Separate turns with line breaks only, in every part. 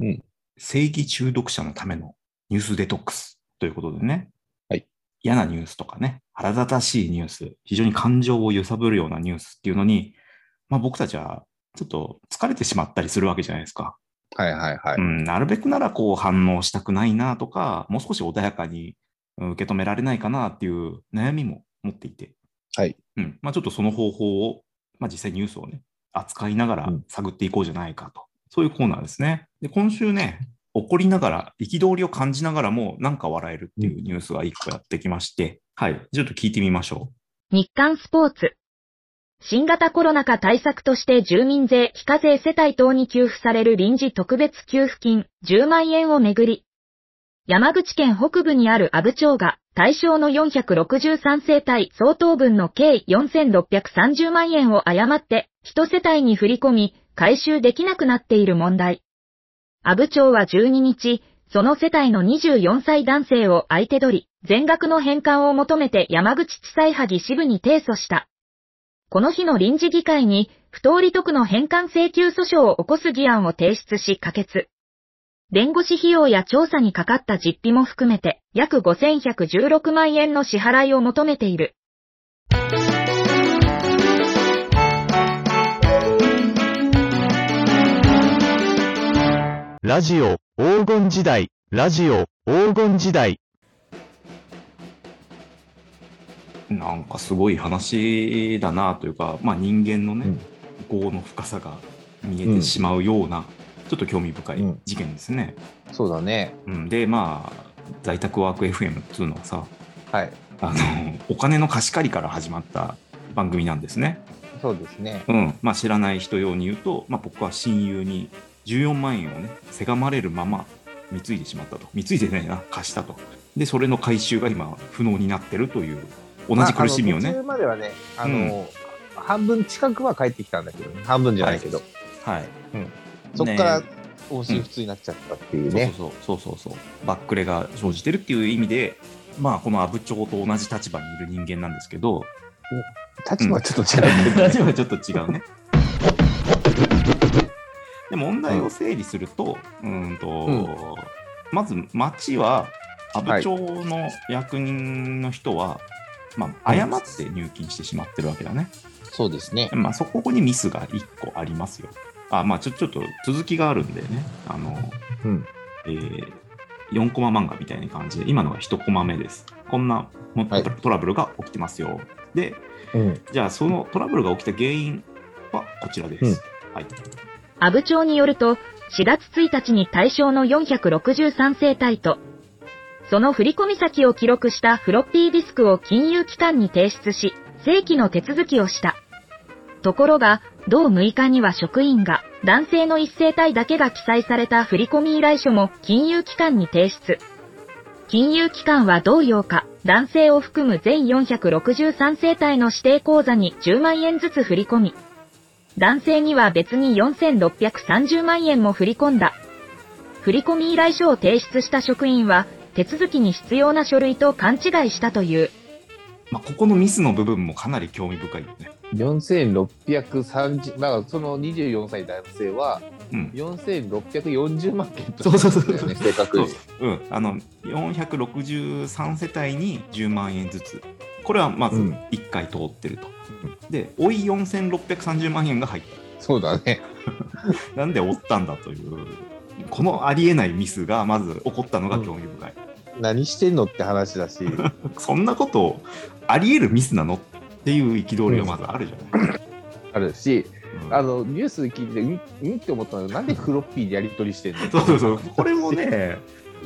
うん
正義中毒者のためのニュースデトックスということでね、
はい
嫌なニュースとかね、腹立たしいニュース、非常に感情を揺さぶるようなニュースっていうのに、まあ、僕たちはちょっと疲れてしまったりするわけじゃないですか。
はいはいはい。
うん、なるべくならこう反応したくないなとか、もう少し穏やかにうん受け止められないかなっていう悩みも持っていて、
はい
うんまあ、ちょっとその方法を、まあ、実際ニュースをね、扱いながら
うん
探っていこうじゃないかと、そういうコーナーですね。で今週ね、怒りながら、憤りを感じながらも、なんか笑えるっていうニュースが一個やってきまして、はい、ちょっと聞いてみましょ
日刊スポーツ。新型コロナ禍対策として住民税非課税世帯等に給付される臨時特別給付金10万円をめぐり、山口県北部にある阿武町が対象の463世帯相当分の計4630万円を誤って1世帯に振り込み回収できなくなっている問題。阿武町は12日、その世帯の24歳男性を相手取り、全額の返還を求めて山口地裁萩支部に提訴した。この日の臨時議会に、不当利得の返還請求訴訟を起こす議案を提出し可決。弁護士費用や調査にかかった実費も含めて、約5116万円の支払いを求めている。
ラジオ黄金時代、ラジオ黄金時代。
う。なんかすごい話だなというか、まあ、人間のね、
うん
業の深さが見えてしまうような、ちょっと興味深い
うん
事件ですね。
そうだね。
うん、でまあ在宅ワーク FM っていうのはさ
はい。
あのお金の貸し借りから始まった番組なんですね、
そうですね。
うんまあ、知らない人用に言うと、まあ、僕は親友に14万円をねせがまれるまま貢いでしまったと貢いでないな貸したとでそれの回収が今不能になってるという同じ苦しみをね
まああの途中まではね、あの、半分近くは帰ってきたんだけど、半分じゃないけど、
はい、
そこから
ね
音信不通になっちゃったっていうね。
そうそうそうそうそうそうバックレが生じてるっていう意味でまあこの阿武町と同じ立場にいる人間なんですけど、
立場はちょ っと違うけど、
ラジオはちょっと違うね。で問題を整理すると、うーんと、
うん
まず町は阿武町の役人の人は、まあ、誤って入金してしまってるわけだね。
そうですね。
まあ、そこにミスが1個ありますよ。あ、まあ、ちょちょっと続きがあるんでね、あの、
うん
えー4コマ漫画みたいな感じで、今のが1コマ目です。こんなも
はい
トラブルが起きてますよ。で、
うん。
じゃあ、そのトラブルが起きた原因はこちらです。はい。
阿武町によると、4月1日に対象の463世帯と、その振込先を記録したフロッピーディスクを金融機関に提出し、正規の手続きをした。ところが、同6日には職員が、男性の一世帯だけが記載された振込依頼書も金融機関に提出。金融機関は同8日、男性を含む全463世帯の指定口座に10万円ずつ振り込み、男性には別に4630万円も振り込んだ。振込依頼書を提出した職員は、手続きに必要な書類と勘違いしたという。
まあ、ここのミスの部分もかなり興味深いよね。
4630、だからその24歳男性は、
うん。
4640万件と、
そうそうそうそう
正確に。
うん。あの、463世帯に10万円ずつ。これはまず
うん
1回通ってると。で、追い4630万円が入っ
そうだね。
た。なんで追ったんだという、このありえないミスがまず起こったのが興味深い。
何してんのって話だし、
そんなこと、ありえるミスなのっていう憤りがまずあるじゃない。
あるし、
うん
あの、ニュース聞いて、うん、うんって思ったのなんでフロッピーでやり取りしてんの
そうそうそう、 これもね、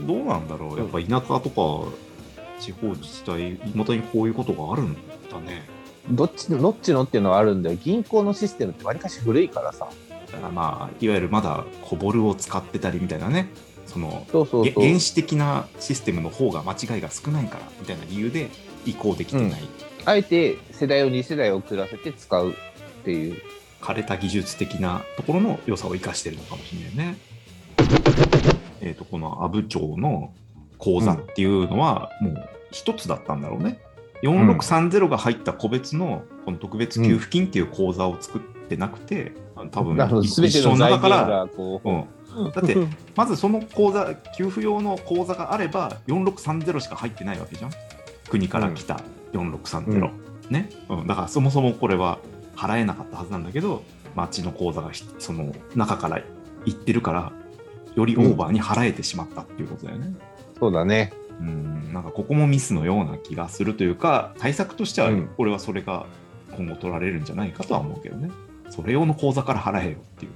どうなんだろう、やっぱ田舎とか地方自治体、いまだにこういうことがあるんだね。
どっちの、どっちのっていうのはあるんだよ。銀行のシステムってわりかし古いからさ。
だからまあ、いわゆるまだこぼるを使ってたりみたいなね、その
そうそう
げ
そう。
原始的なシステムの方が間違いが少ないからみたいな理由で移行できてない、
うんあえて世代を2世代遅らせて使うっていう。
枯れた技術的なところの良さを生かしてるのかもしれないね。えっとこの阿武町の口座っていうのはもう一つだったんだろうね。4630が入った個別のこの特別給付金っていう口座を作ってなくて、多分
なるほど、
一
すべて
一生の
の財
中
源
から、
がこ
うん、だってまずその口座給付用の口座があれば4630しか入ってないわけじゃん国から来た4630、ね、うん、だからそもそもこれは払えなかったはずなんだけど町の口座がひその中から行ってるからよりオーバーに払えてしまったっていうことだよね、
そうだね。
うん、なんかここもミスのような気がするというか対策としては
うん
俺はそれが今後取られるんじゃないかとは思うけどねそれ用の口座から払えよっていう。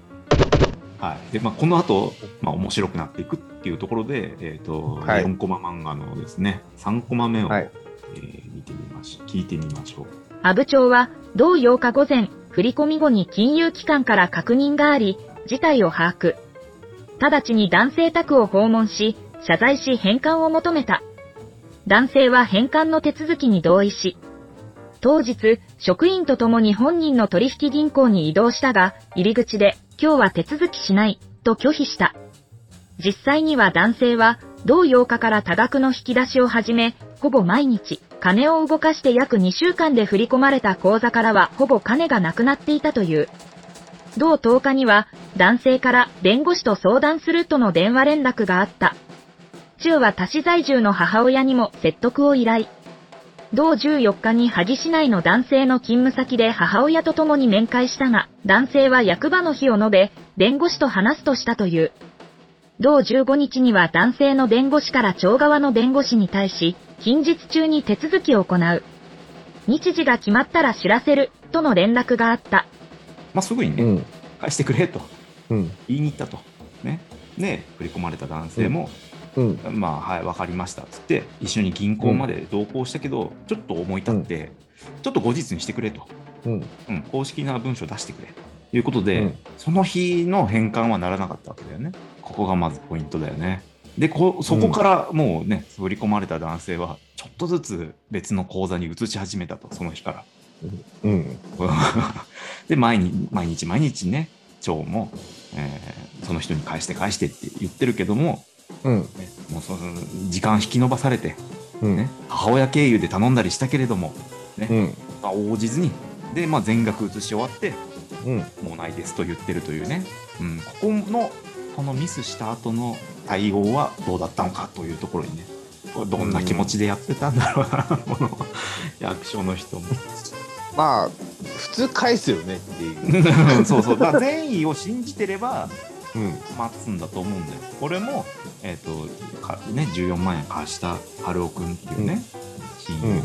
はいでまあ、この後、まあ面白くなっていくっていうところで、えーと
はい
4コマ漫画のですね3コマ目を、
はい
えー見てみまし聞いてみましょう。
阿武町は、同8日午前、振込後に金融機関から確認があり、事態を把握。直ちに男性宅を訪問し、謝罪し返還を求めた。男性は返還の手続きに同意し、当日、職員と共に本人の取引銀行に移動したが、入り口で、今日は手続きしない、と拒否した。実際には男性は、同8日から多額の引き出しを始め、ほぼ毎日、金を動かして約2週間で振り込まれた口座からはほぼ金がなくなっていたという。同10日には、男性から弁護士と相談するとの電話連絡があった。中は多市在住の母親にも説得を依頼。同14日に萩市内の男性の勤務先で母親と共に面会したが、男性は役場の日を述べ、弁護士と話すとしたという。同15日には男性の弁護士から町側の弁護士に対し、近日中に手続きを行う。日時が決まったら知らせる、との連絡があった。
まあ、すぐにね、
うん。
返してくれと
うん。
言いに行ったと。ね、で振り込まれた男性も、
うん。
まあはい分かりましたっつって一緒に銀行まで同行したけど、ちょっと思い立って、ちょっと後日にしてくれと、
うん。
うん、公式な文書出してくれということで、
うん
その日の返還はならなかったわけだよねここがまずポイントだよねでこそこからもうね振り込まれた男性はちょっとずつ別の口座に移し始めたとその日から
うん。
で毎日毎日毎日ね腸も、えーその人に返して返してって言ってるけども、
うん。
ねもうその時間引き延ばされて、
うん。
ね、母親経由で頼んだりしたけれども、
うん。
まあ、応じずにで、まあ、全額移し終わって
うん。
もうないですと言ってるというね、うん、ここのこのミスした後の対応はどうだったのかというところにねこれどんな気持ちでやってたんだろうな、この 役所の人も。
まあ、普通返すよねっていう。
そうそうだから善意を信じてれば
うん。
待つんだと思うんだよ俺も、えっとかね、14万円貸した春尾君っていうね、親友に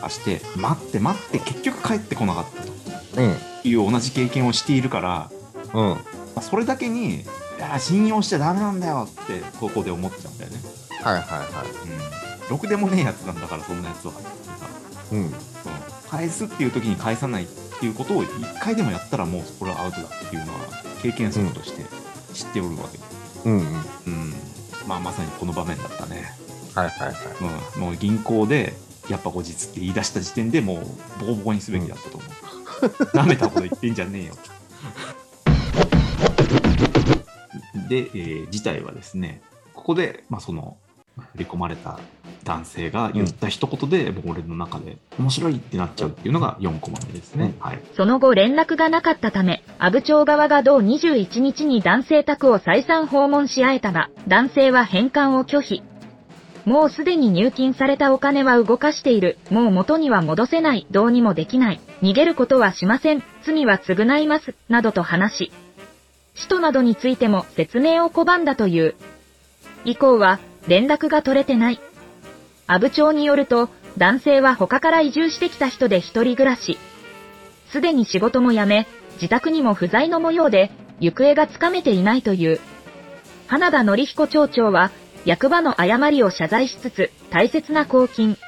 貸して、待って待って結局帰ってこなかったと
うん。
いう同じ経験をしているから、
うん。
まあそれだけにいや信用しちゃダメなんだよってここで思っちゃうんだよね、
はいはいは
うん、ろくでもねえやつなんだからそんなやつは、
い。う
う
ん。
ん、返すっていう時に返さないっていうことを一回でもやったらもうこれはアウトだっていうのは経験則として知っておるわけ、
うん。うん。
うんまあ、まさにこの場面だったね、
はいはいはい。
うん、もう銀行でやっぱ後日って言い出した時点でもうボコボコにすべきだったと思う、舐めたこと言ってんじゃねえよで、えー事態はですねここで、まあ、その振り込まれた男性が言った一言で、もう俺の中で面白いってなっちゃうっていうのが4コマ目ですね、はい、
その後連絡がなかったため、阿武町側が同21日に男性宅を再三訪問し合えたが、男性は返還を拒否。もうすでに入金されたお金は動かしている。もう元には戻せない。どうにもできない。逃げることはしません。罪は償います。などと話し、使途などについても説明を拒んだという。以降は、連絡が取れてない。阿武町によると、男性は他から移住してきた人で一人暮らし。すでに仕事も辞め、自宅にも不在の模様で、行方がつかめていないという。花田則彦町長は、役場の誤りを謝罪しつつ、大切な公金。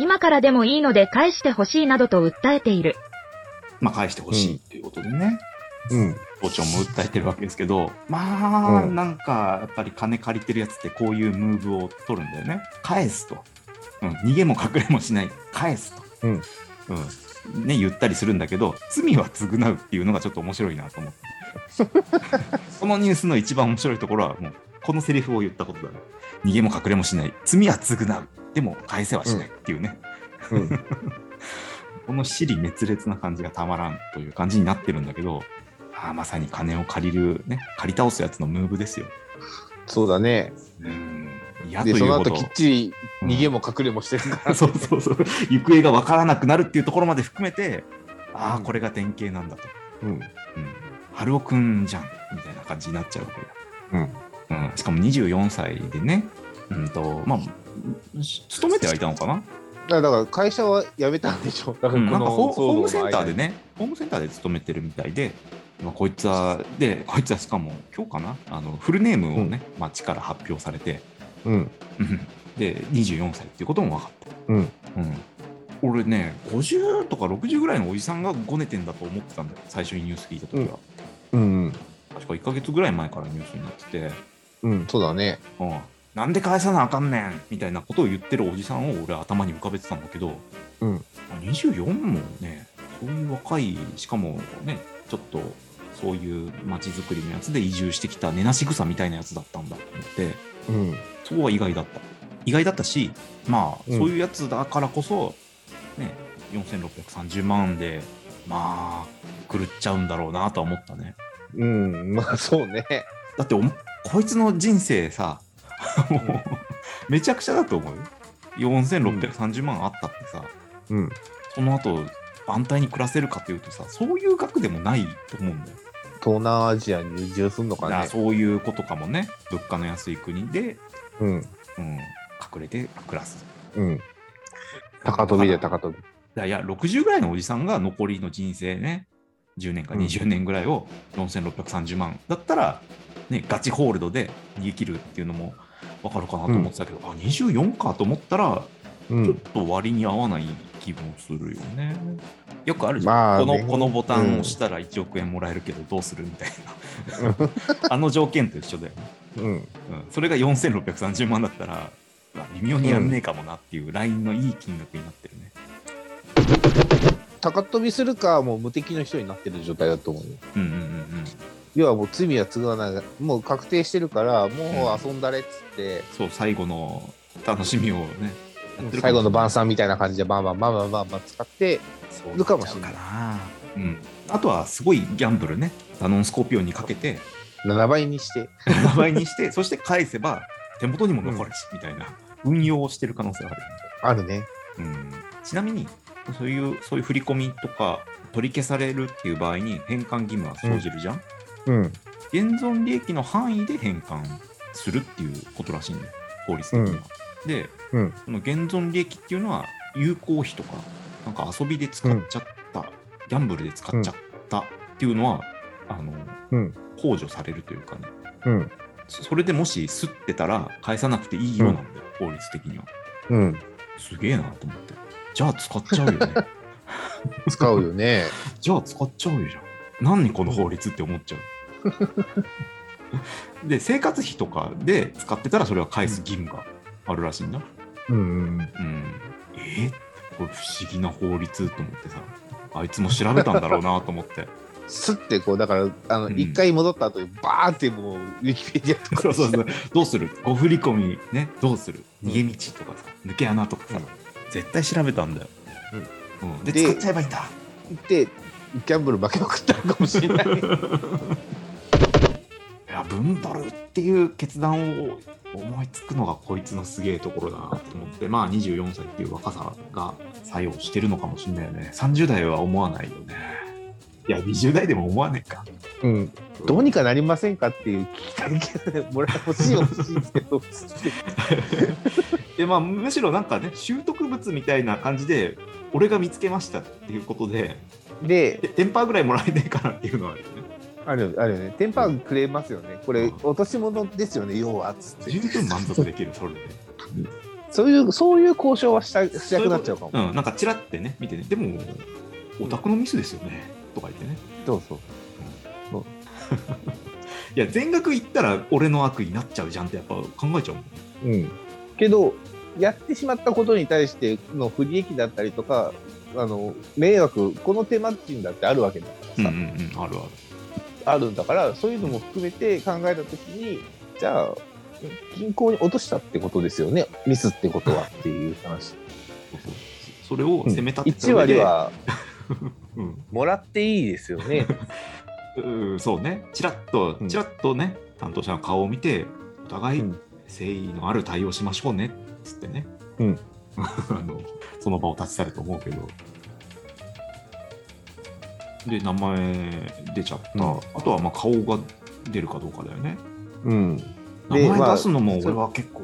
今からでもいいので返してほしいなどと訴えている。
まあ、返してほしいっていうことでね、
うん。
校長も訴えてるわけですけどまあ、
うん
なんかやっぱり金借りてるやつってこういうムーブを取るんだよね返すと、うん、逃げも隠れもしない返すと、
うん
うんね、言ったりするんだけど罪は償うっていうのがちょっと面白いなと思って このニュースの一番面白いところはもうこのセリフを言ったことだね逃げも隠れもしない罪は償うでも返せはしないっていうね、
うん。
この尻滅裂な感じがたまらんという感じになってるんだけど、ああまさに金を借りる、ね、借り倒すやつのムーブですよ。
そうだね。
うん。嫌とい
で、そうの
ほ
後
ど
き。っちり
うん
逃げも隠れもしてるから、
そうそうそう。行方が分からなくなるっていうところまで含めて、ああ、
うん
これが典型なんだと。
うん。
うん。春尾くんじゃん、みたいな感じになっちゃうわけだ。
うん。
うん、しかも24歳でね、うんとまあ、し勤めてはいたのかな、
だから会社は辞めたんでしょ。だか
うん
ら
なん
こ
か
の
ホホームセンターで
騒動の間に。
ね、ホームセンターで勤めてるみたいで、まあ、こいつは、で、こいつはしかも、今日かな、あのフルネームをね、町から発表されて、
うん。
うんで、24歳っていうことも分かった。
うん
うん、俺ね、50とか60ぐらいのおじさんがごねてんだと思ってたんだよ、最初にニュース聞いた時は。
うん。
確か1か月ぐらい前からニュースになってて。
うん。そうだね。
うん、なんで返さなあかんねんみたいなことを言ってるおじさんを俺は頭に浮かべてたんだけど、
うん、
24もねそういう若いしかもねちょっとそういう街づくりのやつで移住してきた根なし草みたいなやつだったんだと思って
うん。
そうは意外だった意外だったしまあ、
うん
そういうやつだからこそね4630万でまあ狂っちゃうんだろうなとは思ったね
うん。まあそうね。
だっておこいつの人生さもうめちゃくちゃだと思うよ4630万あったってさ、
うん。
その後安泰に暮らせるかというとさそういう額でもないと思うんだよ、
東南アジアに移住すんの
だ
か
から
ね。
そういうことかもね物価の安い国で、
うん。
うん、隠れて暮らす
うん。高飛びで高飛び。
だいや60ぐらいのおじさんが残りの人生ね10年か
うん
20年ぐらいを4630万だったら、ね、ガチホールドで逃げ切るっていうのも分かるかなと思ってたけど、あ24かと思ったら
う
ちょっ
ん。
と割に合わない気分するよね。よくあるじゃん、
まあ
この
ね
このボタンを押したら1億円もらえるけどどうするみたいな あの条件と一緒だよね、
うん。
うん、それが4630万だったらうわ微妙にやんねえかもなっていうラインのいい金額になってるね。
高飛びするか、もう無敵の人になってる状態だと思うよ。
うんうんうんうん、
要はもう罪は償わない。もう確定してるから、もう遊んだれっつって、
そう最後の楽しみをねやってるか
最
も
後の晩餐みたいな感じでバンバンバンバンバンバン使って、
そう
るかもしれない
なっちゃうかな、うん、あとはすごいギャンブルねダノンスコーピオンにかけ て
7倍にして。
名前にしてそして返せば手元にも残るし、みたいな運用をしてる可能性がある、
あるね。
うん、ちなみにそういうそういう振り込みとか取り消されるっていう場合に返還義務は生じるじゃん、
うん。
現存利益の範囲で返還するっていうことらしいんだよ法律的には、で、
うん
その現存利益っていうのは有効費とかなんか遊びで使っちゃった、ギャンブルで使っちゃったっていうのは、あの
うん
控除されるというかね
うん。
そそれでもしすってたら返さなくていいようなんだよ、法律的には
うん。
すげえなと思ってじゃあ使っちゃうよね
使うよね。
じゃあ使っちゃうよじゃん何この法律って思っちゃ うで生活費とかで使ってたらそれは返す義務があるらしいんだ
うん。うん
うんえーこれ不思議な法律と思ってさあいつも調べたんだろうなと思って
すってこう、だから、あの、
うん
一回戻った後にバーってもう、ウィキペディアと か
そうそうそうどうするご振り込みねどうする逃げ道とかさ抜け穴とかさ、
うん
絶対調べたんだよ、うんで
で
使っちゃえばいいんだ
行って、ギャンブル負けまくったのかもしれない。
いや分取るっていう決断を思いつくのがこいつのすげえところだなと思ってまあ24歳っていう若さが作用してるのかもしれないよね30代は思わないよねいや20代でも思わねえか
うん、どうにかなりませんかっていう聞きたいけど、もらえ欲しい欲しいけど、つって
でまあむしろなんかね習得物みたいな感じで俺が見つけましたっていうことで
で、
でテンパーぐらいもらえねえからっていうのはあるよね
あるあるよね、テンパーくれますよね、これ、落とし物ですよね、要は、つって。
十分満足できるそれで
そういう、そういう交渉はしたしたくなっちゃうかも。
うんなんかチラってね見てねでもオタクのミスですよねとか言ってね
そうそう。
いや全額いったら俺の悪意になっちゃうじゃんってやっぱ考えちゃうもんね
うん。けど、やってしまったことに対しての不利益だったりとか、あの、迷惑、この手間賃だってあるわけだからさ、
うんうんあるある
あるんだから、そういうのも含めて考えたときに、じゃあ、銀行に落としたってことですよね、ミスってことはっていう 話。
そうそうそれを責め立て
1
上で
割は
うん
もらっていいですよね。
うんそうね、ちらっと
う、ん
ちらっとね、担当者の顔を見て、お互い
うん
誠意のある対応しましょうねっつってね、
うん
あのその場を立ち去ると思うけど。で、名前出ちゃった、
うん
あとはまあ顔が出るかどうかだよね。
うん。
名
でま
前
あ
出すのも俺は結構、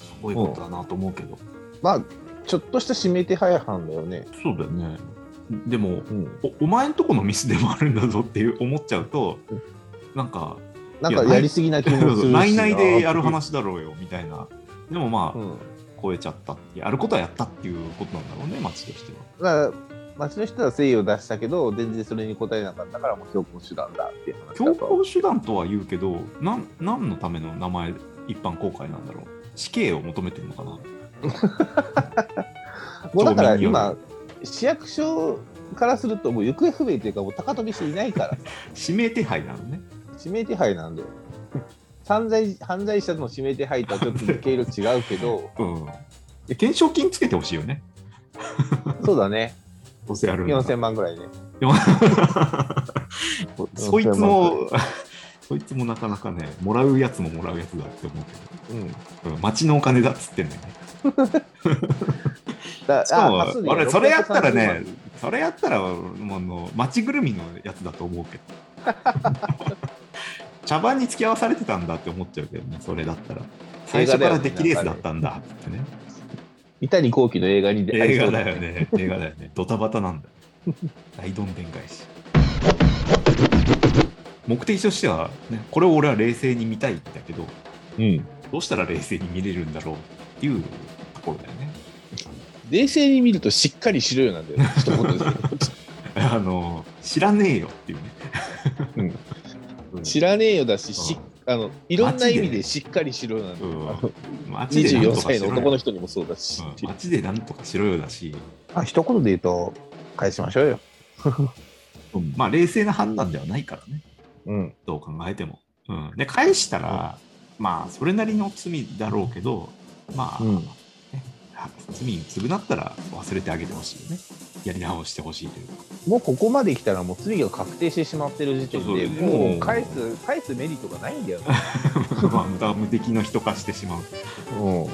すごいことだなと思うけど、
まあ、ちょっとした指名手配犯だよね。
そうだよね。でも、
うん。
おお前んとこのミスでもあるんだぞっていう思っちゃうと、なん か、
なんかやりすぎな 気もするし。
ないないでやる。話だろうよみたいな。でもまあ、
うん。
超えちゃったってやることはやったっていうことなんだろうね、町としては。
だから、街の人は誠意を出したけど、全然それに応えなかったから、もう強行手段だっていう話だ
強
と
行手段とは言うけど、なん何のための名前、一般公開なんだろう。死刑を求めてるのかな。
もうだか
町
ら
民に
今
よ、
市役所からすると、もう行方不明というか、もう高飛びしていないから、
指名手配なのね。
指名手配なんだよ。犯罪犯罪者の指名手配とはちょっと経路違う けど、
うん。で懸賞金つけてほしいよね。
そうだね、
どうせやるんだ
4000万ぐらいね。
そいつも、 そいつもなかなかね、もらうやつももらうやつだって思うけ
うん、
ど、うん、町のお金だっつってんだよね。
だ
しかも
多数で
俺それやったらね
630万
それやったらもうあの町ぐるみのやつだと思うけ ど茶番に付き合わされてたんだって思っちゃうけどねそれだったら最初からデッキレースだったんだってね
三谷幸喜の映画に出
映画だよね映画だよねドタバタなんだ大どんでん返し目的としては、ね、これを俺は冷静に見たいんだけど
うん
どうしたら冷静に見れるんだろうっていうところだよね
冷静に見るとしっかりしろよなんだよね 一言で
あの知らねえよっていうね
知らねえよだしし
うん
あのいろんな意味でしっかりしろよなんだよ、
うん
あの
街でなん
24
とか
歳
し
の
ろよ
男の人にもそうだし、
うん街でなんとかしろよだし、
まあ一言で言うと返しましょうよ、
まあ冷静な判断ではないからね、
うん、
どう考えても。うん、で、返したら、まあそれなりの罪だろうけど、まあ、
うん
ねあ罪に償ったら忘れてあげてほしいよね。やり直してほしいと いうか。
もうここまで来たらもう罪が確定してしまってる時点で
そうそうもう
もう返す返すメリットがないんだよ、ね
まあ無駄無敵の人化してしまう。
う
うん
ん、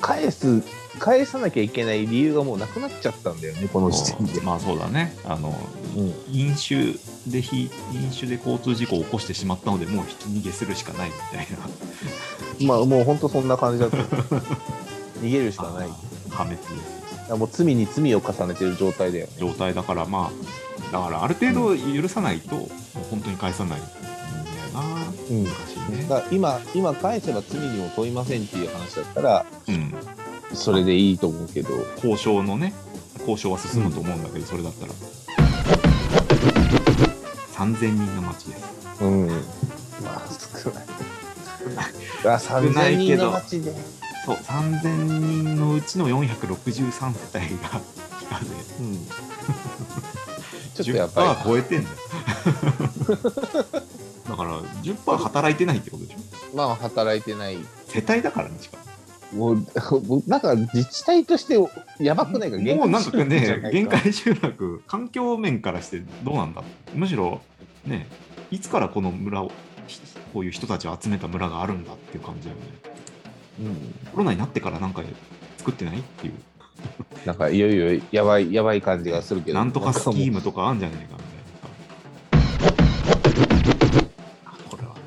返す返さなきゃいけない理由がもうなくなっちゃったんだよねこの時点で、
まあそうだね。あの、
うん
飲酒でひ飲酒で交通事故を起こしてしまったので、もうひき逃げするしかないみたいな。
まあもう本当そんな感じ だと逃げるしかない
破滅です。
もう罪に罪を重ねてる状態だよね
状態だからまあだからある程度許さないと、もう本当に返さないんだよな
うん
難しいね、
だから今今返せば罪にも問いませんっていう話だったら
うん、
それでいいと思うけど
交渉のね交渉は進むと思うんだけど、それだったら3000人の街です
うんまあ少ないあ
少な
3000
いけ
人
ど
の街で
そう3000人のうちの463世帯が非課税
うん ちょっとや
10%
っぱ
超えてんだよ だから10%働いてないってことでしょ
りまあ働いてない
世帯だからねしかも
もう なんか自治体としてやばくないか
もうなんか
じゃ
ね
な、い
限界集落、環境面からしてどうなんだむしろ、ね、いつからこの村を、ひこういう人たちを集めた村があるんだっていう感じだよね。
うん
コロナになってからなんか作ってないっていう、
なんかいよいよやばいやばい感じがするけど
なんとかスキー
ム
ムとかあるんじゃないかみたいなさ。これはね、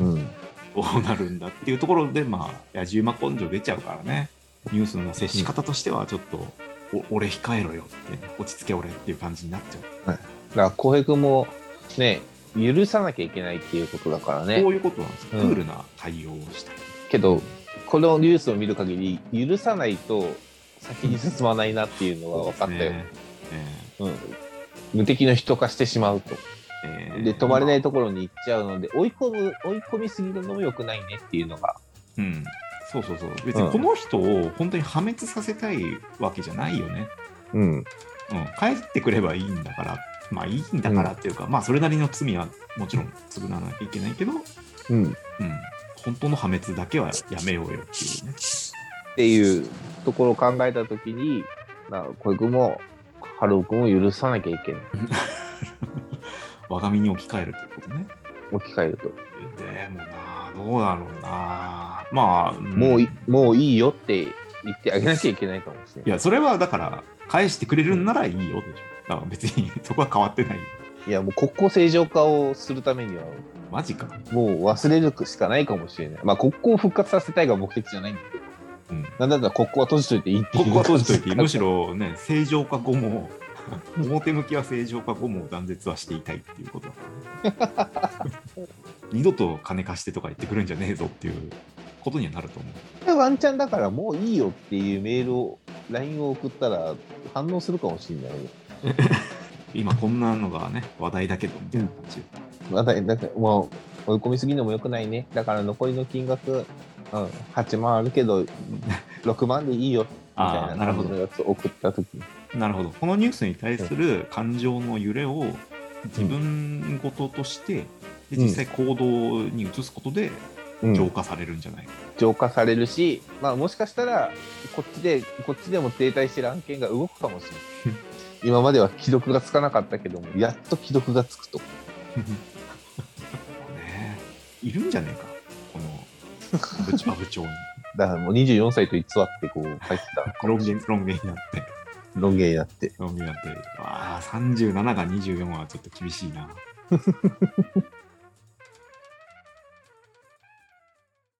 うん
どうなるんだっていうところで、まあ、野じ馬根性出ちゃうからね、ニュースの接し方としては、ちょっと、お俺控えろよって、落ち着け俺っていう感じになっちゃう。
だから浩平君もね許さなきゃいけないっていうことだから
こ
ね
ういうことなんですよ、
うん
クールな対応をしたい。
けどこのニュースを見る限り許さないと先に進まないなっていうのは分かったよ、
ね
うん、無敵の人化してしまうと
えー
で止まれない
と。
ところに行っちゃうので追い込む追い込みすぎるのも良くないねっていうのが
うん。そうそうそう。別にこの人を本当に破滅させたいわけじゃないよね。
うん
うん。帰ってくればいいんだから、まあいいんだからっていうか、まあそれなりの罪はもちろん償わなきゃいけないけど、うん。
うんっ
本当の破滅だけはやめようよっていうね。
ていうところを考えた時にまあ浩平君も春尾君を許さなきゃいけない
我が身に置き換えるってことね。
置き換えると、
でもな、どうだろうな。まあ、
もう
い
いもういいよって言ってあげなきゃいけないかもしれない。
や、それはだから、返してくれるんならいいよでしょ。だから別に そこは変わってないよ。
いや、もう国交正常化をするためには、
マジか。
もう忘れるしかないかもしれない。まあ、国交を復活させたいが目的じゃないんだけど、
うん
なんだったら国交は閉じといていいってい
こ
う。
こは閉じといていい、 むしろね、正常化後も、 表向きは正常化後も断絶はしていたいっていうことだからね二度と金貸してとか言ってくるんじゃねえぞっていうことにはなると思う。
ワンチャンだからもういいよっていうメールを、LINE を送ったら反応するかもしれないよ。
今こんなのがね、話題だけどみたいな感じ。
まだ、だってもう追い込みすぎるのも良くないね。だから残りの金額、うん、8万あるけど、6万でいいよ、み
あ
た
あ、
い
なる
な
ほ
感
ど
じの。やつを送った時に。
なるほど。このニュースに対する感情の揺れを自分事として、で
うん
実際行動に移すことで
うん
浄化されるんじゃ ないか。
浄化されるし、まあ、もしかしたらこっちでこっちでも停滞してる案件が動くかもしれない今までは既読がつかなかったけどもやっと既読がつくと
ねえいるんじゃねえか、この部長部長 に。
だからもう24歳と偽ってこう書いてた
論言、論言になって、
ロン毛になって
論言になって、ああ、37が24はちょっと厳しいな。